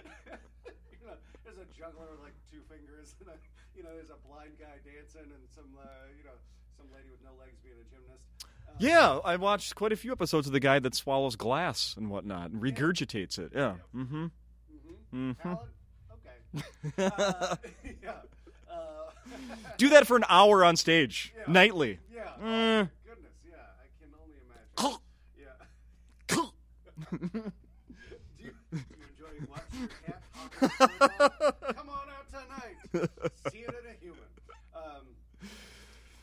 S2: you know, there's a juggler with like two fingers, and a, you know, there's a blind guy dancing, and some, uh, you know, some lady with no legs being a gymnast. Uh,
S1: Yeah, I watched quite a few episodes of the guy that swallows glass and whatnot and
S2: Yeah.
S1: regurgitates it. Yeah. Mm-hmm.
S2: Mm-hmm.
S1: Mm-hmm.
S2: Talent? Okay. Uh, yeah. Uh,
S1: Do that for an hour on stage
S2: Yeah.
S1: nightly.
S2: yeah.
S1: Mm.
S2: Oh, my goodness. Yeah. I can only imagine. yeah. Do you, do you enjoy watching your cat hop around the sidewalk? Come on out tonight. See it in a human. Um,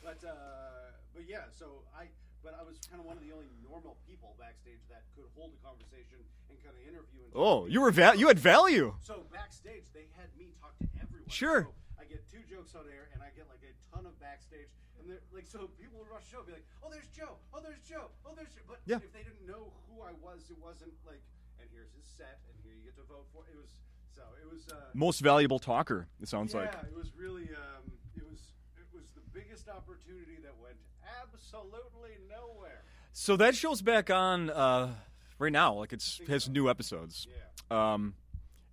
S2: but uh, but yeah. So I but I was kind of one of the only normal people backstage that could hold a conversation and kind of interview. And
S1: oh, you were val- you had value.
S2: So backstage, they had me talk to everyone.
S1: Sure.
S2: So I get two jokes on air, and I get like a ton of backstage, and they're like, so people would rush the show, be like, "Oh, there's Joe! Oh, there's Joe! Oh, there's Joe!" But
S1: Yeah.
S2: if they didn't know who I was, it wasn't like, "And here's his set, and here you get to vote for." It was so it was. Uh,
S1: Most valuable talker. It sounds
S2: yeah,
S1: like.
S2: it was really. Um, it was it was the biggest opportunity that went absolutely nowhere.
S1: So that show's back on uh, right now. Like it's
S2: Think
S1: has
S2: so.
S1: new episodes.
S2: Yeah.
S1: Um,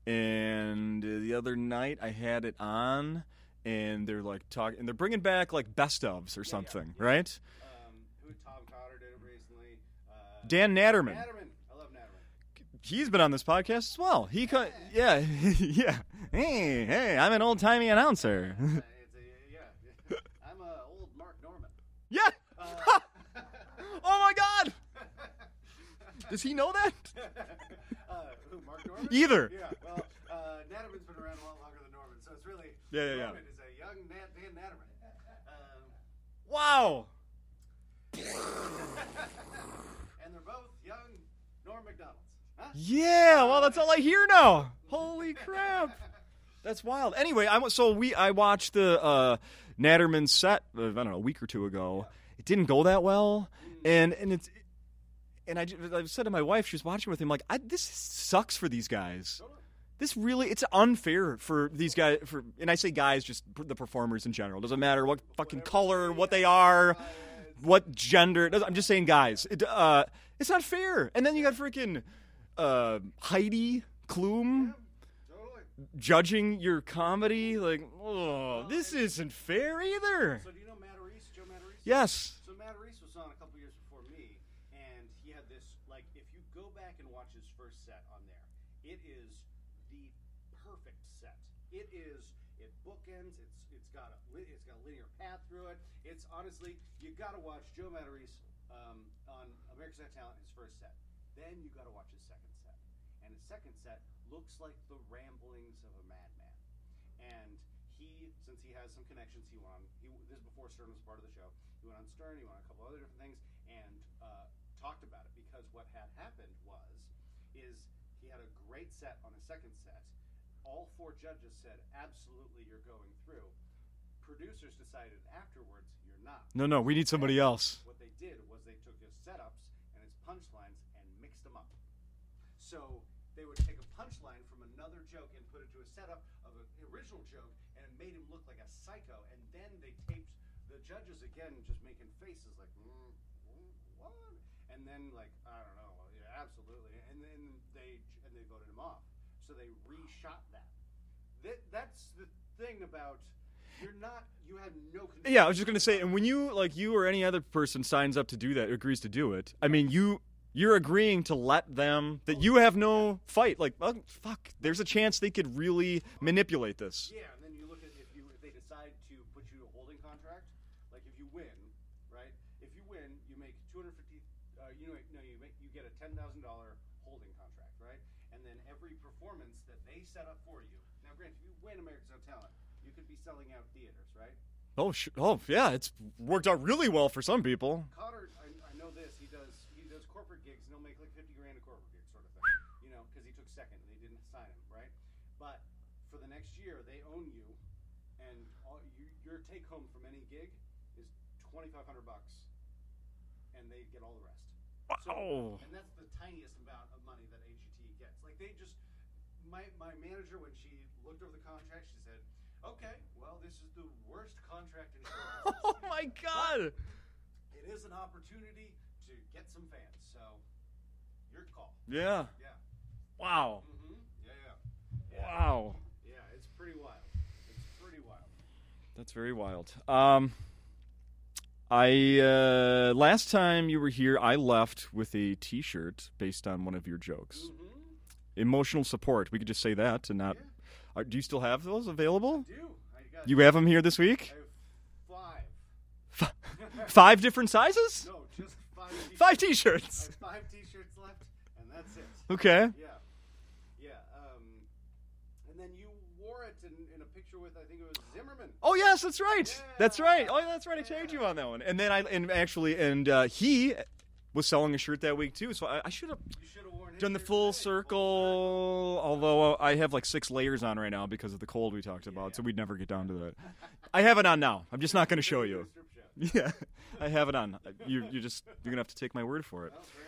S1: and uh, the other night I had it on, and they're like talking, and they're bringing back like best ofs or something, right?
S2: Um, who Tom Cotter did it recently. Uh,
S1: Dan Natterman,
S2: Natterman. I love Natterman.
S1: he's been on this podcast as well. He, co- yeah, yeah. Hey, hey, I'm an old timey announcer.
S2: Uh, it's a- yeah. I'm a old Mark Norman.
S1: yeah.
S2: Uh,
S1: Oh my God. Does he know that?
S2: uh, who, Mark Norman?
S1: Either.
S2: Yeah, well, uh, Natterman's been around a lot longer than Norman, so it's really.
S1: Yeah, yeah, yeah.
S2: Norman is a young Nat, Dan Natterman. Um,
S1: Wow.
S2: and they're both young Norm McDonald's. Huh?
S1: Yeah. Well, that's all I hear now. Holy crap. That's wild. Anyway, I wa- so we I watched the uh, Natterman set uh, I don't know a week or two ago. It didn't go that well, and and it's and I, ju- I said to my wife, she was watching with him like I, this sucks for these guys.
S2: Totally.
S1: This really it's unfair for these guys for and I say guys just p- the performers in general. Doesn't matter what fucking
S2: Whatever
S1: color,
S2: they
S1: what they
S2: are,
S1: are,
S2: uh,
S1: what gender. it doesn't- I'm just saying guys. It, uh, it's not fair. And then you got freaking uh, Heidi Klum.
S2: Totally.
S1: judging your comedy. Like, oh, this isn't fair either.
S2: So do you know Matt Reese, Joe Matt Reese?
S1: Yes.
S2: So Matt Reese was on a couple years before me, and he had this like if you go back and watch his first set on there, it is the perfect set. It is it bookends. It's it's got a li- it's got a linear path through it. It's honestly you got to watch Joe Matt Reese um, on America's Got Talent his first set. Then you got to watch his second set, and his second set looks like the ramblings of a madman and he, since he has some connections, he went on. He, this is before Stern was part of the show. He went on Stern. He went on a couple other different things and uh, talked about it because what had happened was, is he had a great set on his second set. All four judges said, "Absolutely, you're going through." Producers decided afterwards, "You're not."
S1: No, no, we need somebody else.
S2: What they did was they took his setups and his punchlines and mixed them up. So they would take a punchline from another joke and put it to a setup of an original joke, and it made him look like a psycho. And then they taped the judges again, just making faces like, mm, mm, what? And then like, I don't know, yeah, absolutely. And then they and they voted him off. So they reshot that. That that's the thing about you're not you had no control.
S1: Yeah, I was just gonna say, and when you like you or any other person signs up to do that, agrees to do it. I mean, you you're agreeing to let them that you have no fight. Like, oh, fuck, there's a chance they could really manipulate this.
S2: Yeah, and then you look at if you if they decide to put you to a holding contract, like if you win, right? If you win, you make two hundred fifty. Uh, you know, no, you make you get a ten thousand dollar holding contract, right? And then every performance that they set up for you. Now, granted, if you win America's Got Talent, you could be selling out theaters, right?
S1: Oh, sh- oh, yeah, it's worked out really well for some people.
S2: Cotter, I, I know this. He does he does corporate gigs, and he'll make like fifty grand a corporate gig, sort of thing. You know, because he took second and they didn't sign him, right? But for the next year, they own you, and all, you, your take home from any gig is twenty five hundred bucks, and they get all the rest.
S1: Wow.
S2: And that's the tiniest amount of money that AGT gets. Like they just, my my manager when she looked over the contract, she said, "Okay, well this is the worst contract in show business."
S1: Oh my god.
S2: it is an opportunity to get some fans. So, your call.
S1: Yeah.
S2: Yeah.
S1: Wow.
S2: Mm-hmm. Yeah, yeah.
S1: Wow.
S2: Yeah, it's pretty wild. It's pretty wild.
S1: That's very wild. Um, I uh, last time you were here, I left with a T-shirt based on one of your jokes.
S2: Mm-hmm.
S1: Emotional support. We could just say that and not. Are, do you still have those available?
S2: Do I got?
S1: You have them here this
S2: I
S1: week.
S2: have five.
S1: F- five different sizes.
S2: No, just
S1: Five
S2: five. T-shirts. I
S1: T-shirts.
S2: have five T-shirts left, and that's it.
S1: Okay.
S2: Yeah, yeah. Um, and then you wore it in, in a picture with I think it was Zimmerman.
S1: Oh yes, that's right. That's
S2: Yeah.
S1: right. Oh, yeah, that's right. I tagged you on that one. And then I and actually and uh, he was selling a shirt that week too. So I, I should have
S2: You should have worn it.
S1: done the
S2: here
S1: full
S2: today.
S1: circle although uh, i have like six layers on right now because of the cold we talked about so we'd never get down to that i have it on now i'm just not going to show you
S2: Strip show.
S1: yeah i have it on you, you just you're going to have to take my word for it
S2: Oh, fair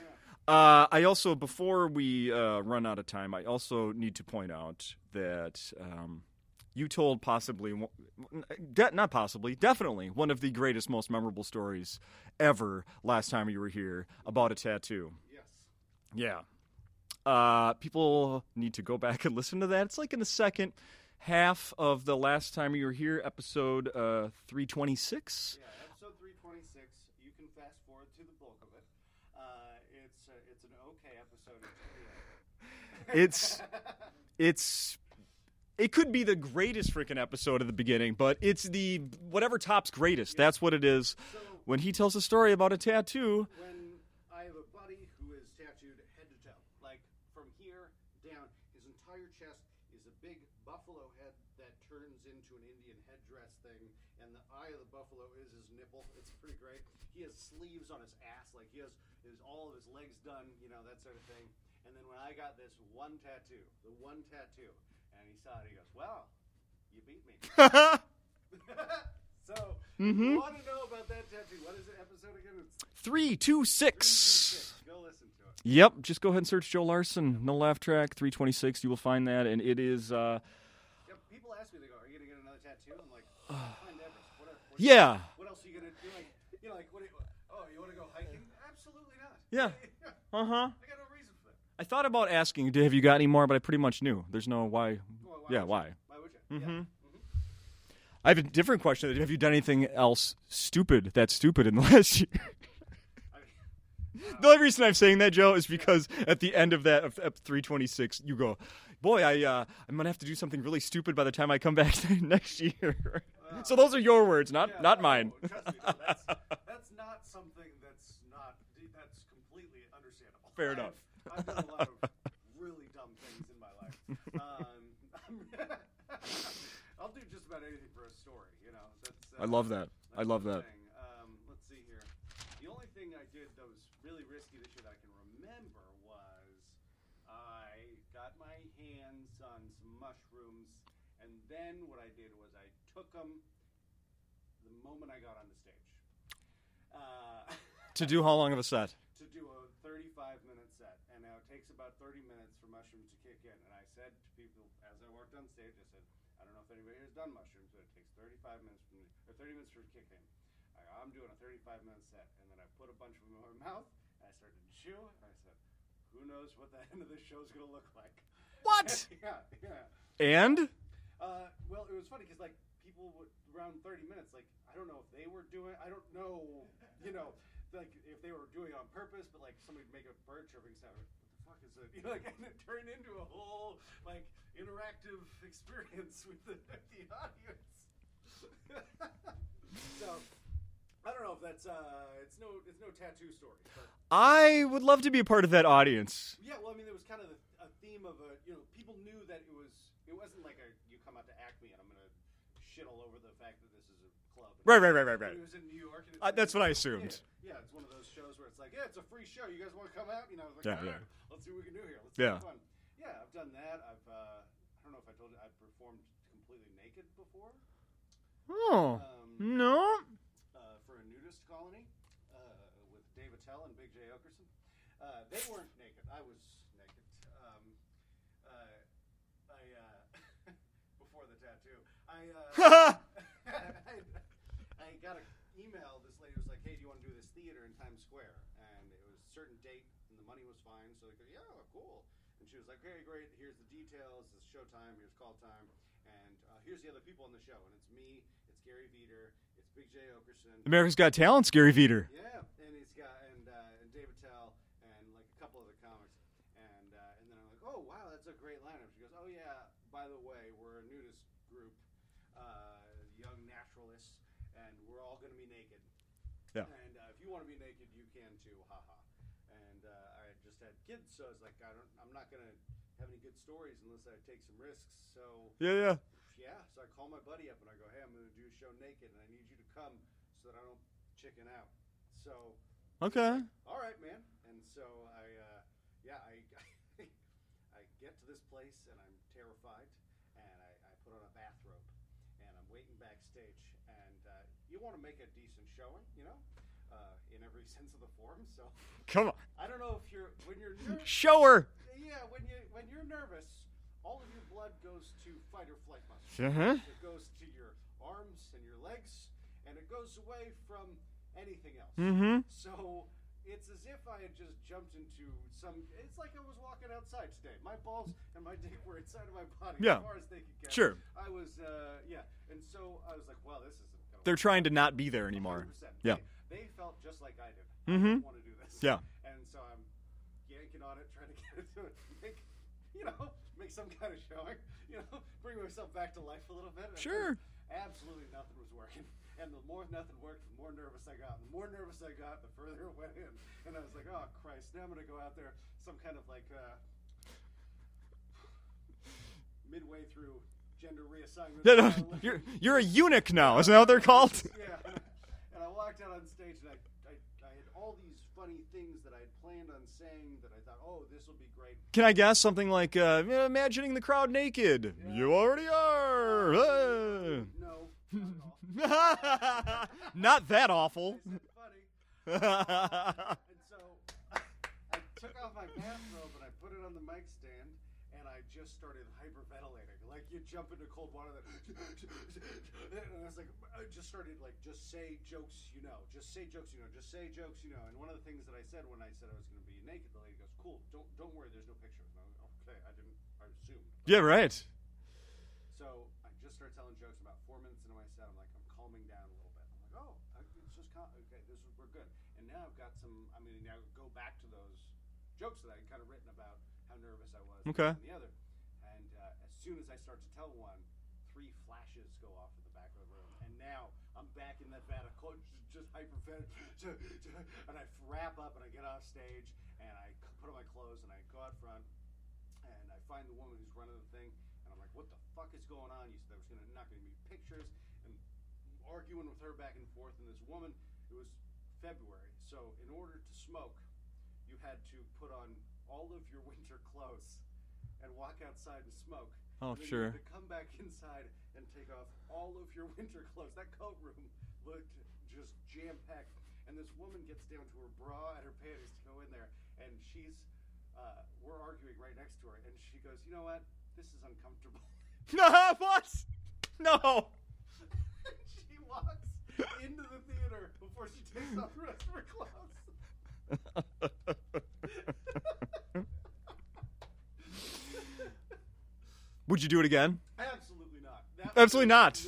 S2: enough.
S1: uh, i also before we uh, run out of time i also need to point out that um, you told possibly one- de- not possibly definitely one of the greatest most memorable stories ever last time you were here about a tattoo
S2: Yes.
S1: yeah. Uh, people need to go back and listen to that. It's like in the second half of the last time you were here, episode uh, 326.
S2: Yeah, episode 326. You can fast forward to the bulk of it. Uh, it's uh, it's an okay episode. It's pretty okay.
S1: It's it's it could be the greatest freaking episode at the beginning, but it's the whatever top's greatest. That's what it is.
S2: so
S1: When he tells a story about a tattoo,
S2: when I have a buddy who is tattooed head to toe, like from here down, his entire chest is a big buffalo head that turns into an Indian headdress thing, and the eye of the buffalo is his nipple. It's pretty great. He has sleeves on his ass, like he has his all of his legs done, you know that sort of thing. And then when I got this one tattoo, the one tattoo, and he saw it, he goes, "Well, you beat me." so, if you want to know about that tattoo? What is it episode again? It's
S1: 326.
S2: Go listen to it.
S1: Yep, just go ahead and search Joe Larson, no laugh track, 326. You will find that, and it is. Uh,
S2: Yeah, people ask me, they go, "Are you gonna get another tattoo?" I'm like, "Find Everest. What, are, what,
S1: yeah.
S2: what else are you gonna do? Like, you know, like, what? do you- oh, you want to go hiking? Absolutely not.
S1: Yeah.
S2: I
S1: Uh huh.
S2: got no reason for that.
S1: I thought about asking, "Do- have you got any more? But I pretty much knew. There's no why.
S2: Well, Why
S1: Yeah,
S2: would
S1: why?
S2: You? Why would you? Yeah.
S1: Mhm. I have a different question. Have you done anything else stupid that's stupid in the last year?
S2: I mean,
S1: The only reason I'm saying that, Joe, is because at the end of that of ep 326, you go, "Boy, I uh, I'm gonna have to do something really stupid by the time I come back next year." so those are your words, not
S2: yeah,
S1: not
S2: no,
S1: mine.
S2: trust me, no, that's, that's not something that's not that's completely understandable.
S1: Fair
S2: I've-
S1: enough.
S2: I've done a lot of really dumb things in my life. Um, I'll do just about anything for a story. You know, that's. Uh,
S1: I love that. I
S2: that's
S1: love
S2: the
S1: that.
S2: thing. Um, let's see here. The only thing I did that was really risky this year that I can remember was I got my hands on some mushrooms, and then what I did was I took them the moment I got on the stage uh,
S1: To do how long of a set?
S2: to do a 35 minute set. And now it takes about 30 minutes for mushrooms to kick in. And I said to people as I walked on stage, I said, I don't know if anybody here has done mushrooms, but it takes 35 minutes for me, or 30 minutes for it to kick in. I go, I'm doing a 35 minute set. And then I put a bunch of them in my mouth, and I started to chew, and I said, who knows what the end of this show's going to look like?
S1: What?
S2: yeah, yeah.
S1: And
S2: Uh, well, it was funny because like people would around thirty minutes. Like I don't know if they were doing. I don't know. You know, like if they were doing it on purpose, but like somebody would make a bird chirping sound. Like, what the fuck is it? You know, like and it turned into a whole like interactive experience with the, with the audience. so. I don't know if that's uh, it's no it's no tattoo story, but
S1: I would love to be a part of that audience.
S2: yeah, well, I mean, there was kind of a, a theme of a you know people knew that it was it wasn't like a you come out to Acme and I'm gonna shit all over the fact that this is a club.
S1: Right, right, right, right,
S2: But
S1: right.
S2: It was in New York. And it,
S1: Uh, that's what I assumed.
S2: Yeah, yeah, it's one of those shows where it's like, yeah, it's a free show. You guys want to come out? You know, it's
S1: Yeah,
S2: like, "All
S1: yeah.
S2: right, Let's see what we can do here. Let's
S1: Yeah.
S2: have fun. Yeah, I've done that. I've uh, I don't know if I told you I've performed completely naked before
S1: Oh
S2: um,
S1: no.
S2: uh, for a nudist colony uh, with Dave Attell and Big J Okerson. Uh, they weren't naked. I was naked. Um, uh, I uh, before the tattoo. I uh, I, I got an email. This lady was like, "Hey, do you want to do this theater in Times Square?" And it was a certain date, and the money was fine. So I go, "Yeah, oh, cool." And she was like, "Okay, great. Here's the details. It's showtime. Here's call time, and uh, here's the other people on the show. And it's me. It's Gary Veter. It's Big J Okerson.
S1: America's Got Talent, Scary Veter.
S2: Yeah, and he's got and uh, and David Tell and like a couple other comics, and uh, and then I'm like, oh wow, that's a great lineup. She goes, oh yeah, by the way, we're a nudist group, uh, young naturalists, and we're all gonna be naked.
S1: Yeah.
S2: And uh, if you want to be naked, you can too. Haha. And uh, I just had kids, so I was like, I don't, I'm not gonna have any good stories unless I take some risks. So
S1: Yeah, yeah.
S2: yeah, so I call my buddy up and I go, hey, I'm going to do a show naked and I need you to come so that I don't chicken out. So,
S1: Okay.
S2: all right, man. And so I, uh, yeah, I, I get to this place and I'm terrified and I, I put on a bathrobe and I'm waiting backstage and uh, you want to make a decent showing, you know, uh, in every sense of the form. So
S1: Come on.
S2: I don't know if you're, when you're nervous,
S1: Show her.
S2: yeah, when, you, when you're nervous, all of your blood goes to fight or flight muscles.
S1: Uh-huh.
S2: It goes to your arms and your legs, and it goes away from anything else.
S1: Mm-hmm.
S2: So it's as if I had just jumped into some. It's like I was walking outside today. My balls and my dick were inside of my body
S1: Yeah.
S2: as far as they could get.
S1: Sure.
S2: I was, uh, yeah. And so I was like, wow, this isn't going to
S1: They're trying to not be there anymore.
S2: 100%.
S1: Yeah.
S2: They, they felt just like I did. I
S1: Mhm.
S2: don't want to do this.
S1: Yeah.
S2: And so I'm yanking on it, trying to get it to make, you know, make some kind of showing, you know, bring myself back to life a little bit. And
S1: Sure.
S2: Absolutely nothing was working. And the more nothing worked, the more nervous I got. The more nervous I got, the further it went in. And I was like, oh, Christ, now I'm going to go out there some kind of like, uh, midway through gender reassignment.
S1: Yeah, no, you're you're a eunuch now. Isn't that what they're called?
S2: yeah. And I walked out on stage and I, I, I had all these funny things that I had planned on saying that I thought, oh, this will be great.
S1: Can I guess something like uh, imagining the crowd naked? You already are. Ah.
S2: No, not at all.
S1: Not that awful.
S2: Isn't it funny? And so I took off my bathrobe and I put it on the mic stand and I just started hyperventilating. Like you jump into cold water that and I was like I just started like just say jokes you know. Just say jokes you know. Just say jokes you know. And one of the things that I said when I said I was gonna be naked, the lady goes, Cool, don't don't worry, there's no pictures. And I was okay, I didn't I assumed.
S1: yeah, right.
S2: So I just started telling jokes about four minutes into my set. I'm like, I'm calming down a little bit. I'm like, oh, I- it's just cal- okay. This is, we're good. And now I've got some. I'm gonna now go back to those jokes that I had kind of written about how nervous I was.
S1: Okay.
S2: And the other, and uh, as soon as I start to tell one, three flashes go off in the back of the room, and now I'm back in that vat of clo- just hypervent, and I wrap up and I get off stage and I c- put on my clothes and I go out front and I find the woman who's running the thing, and I'm like, "What the fuck is going on?" You said there was gonna, not going to be pictures, and arguing with her back and forth. And this woman, it was February, so in order to smoke, you had to put on all of your winter clothes and walk outside and smoke.
S1: Oh,
S2: and then
S1: sure.
S2: You had to come back inside and take off all of your winter clothes. That coat room looked just jam packed. And this woman gets down to her bra and her panties to go in there, and she's uh, we're arguing right next to her, and she goes, "You know what? This is uncomfortable."
S1: No, what? No.
S2: she walks into the theater before she takes off the rest of her clothes.
S1: Would you do it again?
S2: Absolutely not. That
S1: Absolutely not.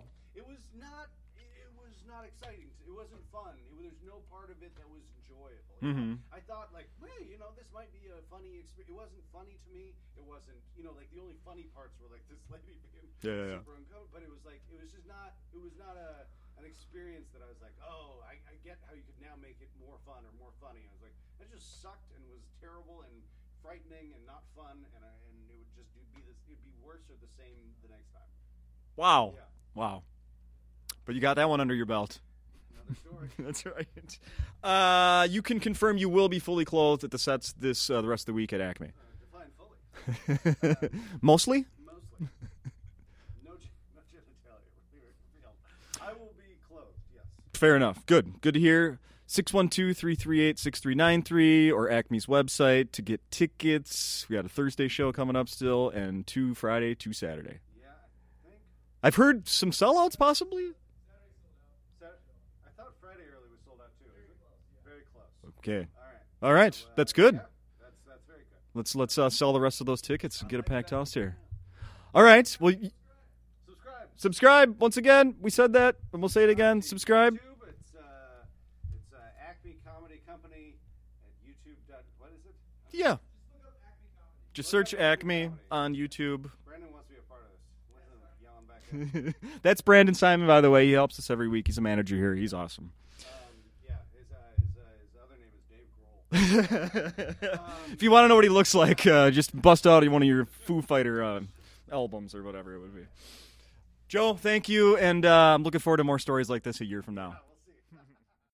S1: Oh.
S2: no. It was not. It, it was not exciting. It wasn't fun. It, was- there's no part of it that was enjoyable. you know?
S1: Mhm.
S2: I thought like, hey, you know, this might be a funny experience. It wasn't funny to me. It wasn't. You know, like the only funny parts were like this lady being
S1: Yeah, yeah, yeah.
S2: super uncomfortable. But it was like it was just not. It was not a an experience that I was like, oh, I, I get how you could now make it more fun or more funny. I was like, that just sucked and was terrible and frightening and not fun and I, and it would just it'd be this it'd be worse or the same the next time.
S1: Wow.
S2: Yeah.
S1: Wow. But you got that one under your belt.
S2: Another story.
S1: That's right. Uh, you can confirm you will be fully clothed at the sets this uh, the rest of the week at Acme.
S2: uh, define fully.
S1: Mostly.
S2: Mostly. No, ge- no genitalia revealed. I will be clothed, yes.
S1: Fair enough. Good. Good to hear. 612-338-6393 or Acme's website to get tickets. We got a Thursday show coming up still and two Friday, two Saturday.
S2: Yeah, I think.
S1: I've heard some sellouts possibly.
S2: Saturday, I thought Friday early was sold out too. Very close. Very close.
S1: Okay.
S2: All
S1: All
S2: right.
S1: right.
S2: So, uh,
S1: That's good.
S2: yeah, that's, that's very good.
S1: Let's let's uh, sell the rest of those tickets and get a packed house here. All right. Well, y-
S2: Subscribe.
S1: subscribe once again. We said that, and we'll say it again.
S2: It's
S1: Subscribe.
S2: YouTube. It's, uh, it's uh, Acme Comedy Company at YouTube. Dot, what is it?
S1: Yeah. Just search Acme on YouTube.
S2: Brandon wants to be a part of this. Listen, to him yelling back. at him.
S1: That's Brandon Simon, by the way. He helps us every week. He's a manager here. He's awesome.
S2: um, yeah, his, uh, his, uh, his other name is Dave Grohl.
S1: if you want to know what he looks like, uh, just bust out one of your Foo Fighter uh, albums or whatever it would be. Joe, thank you, and uh, I'm looking forward to more stories like this a year from now.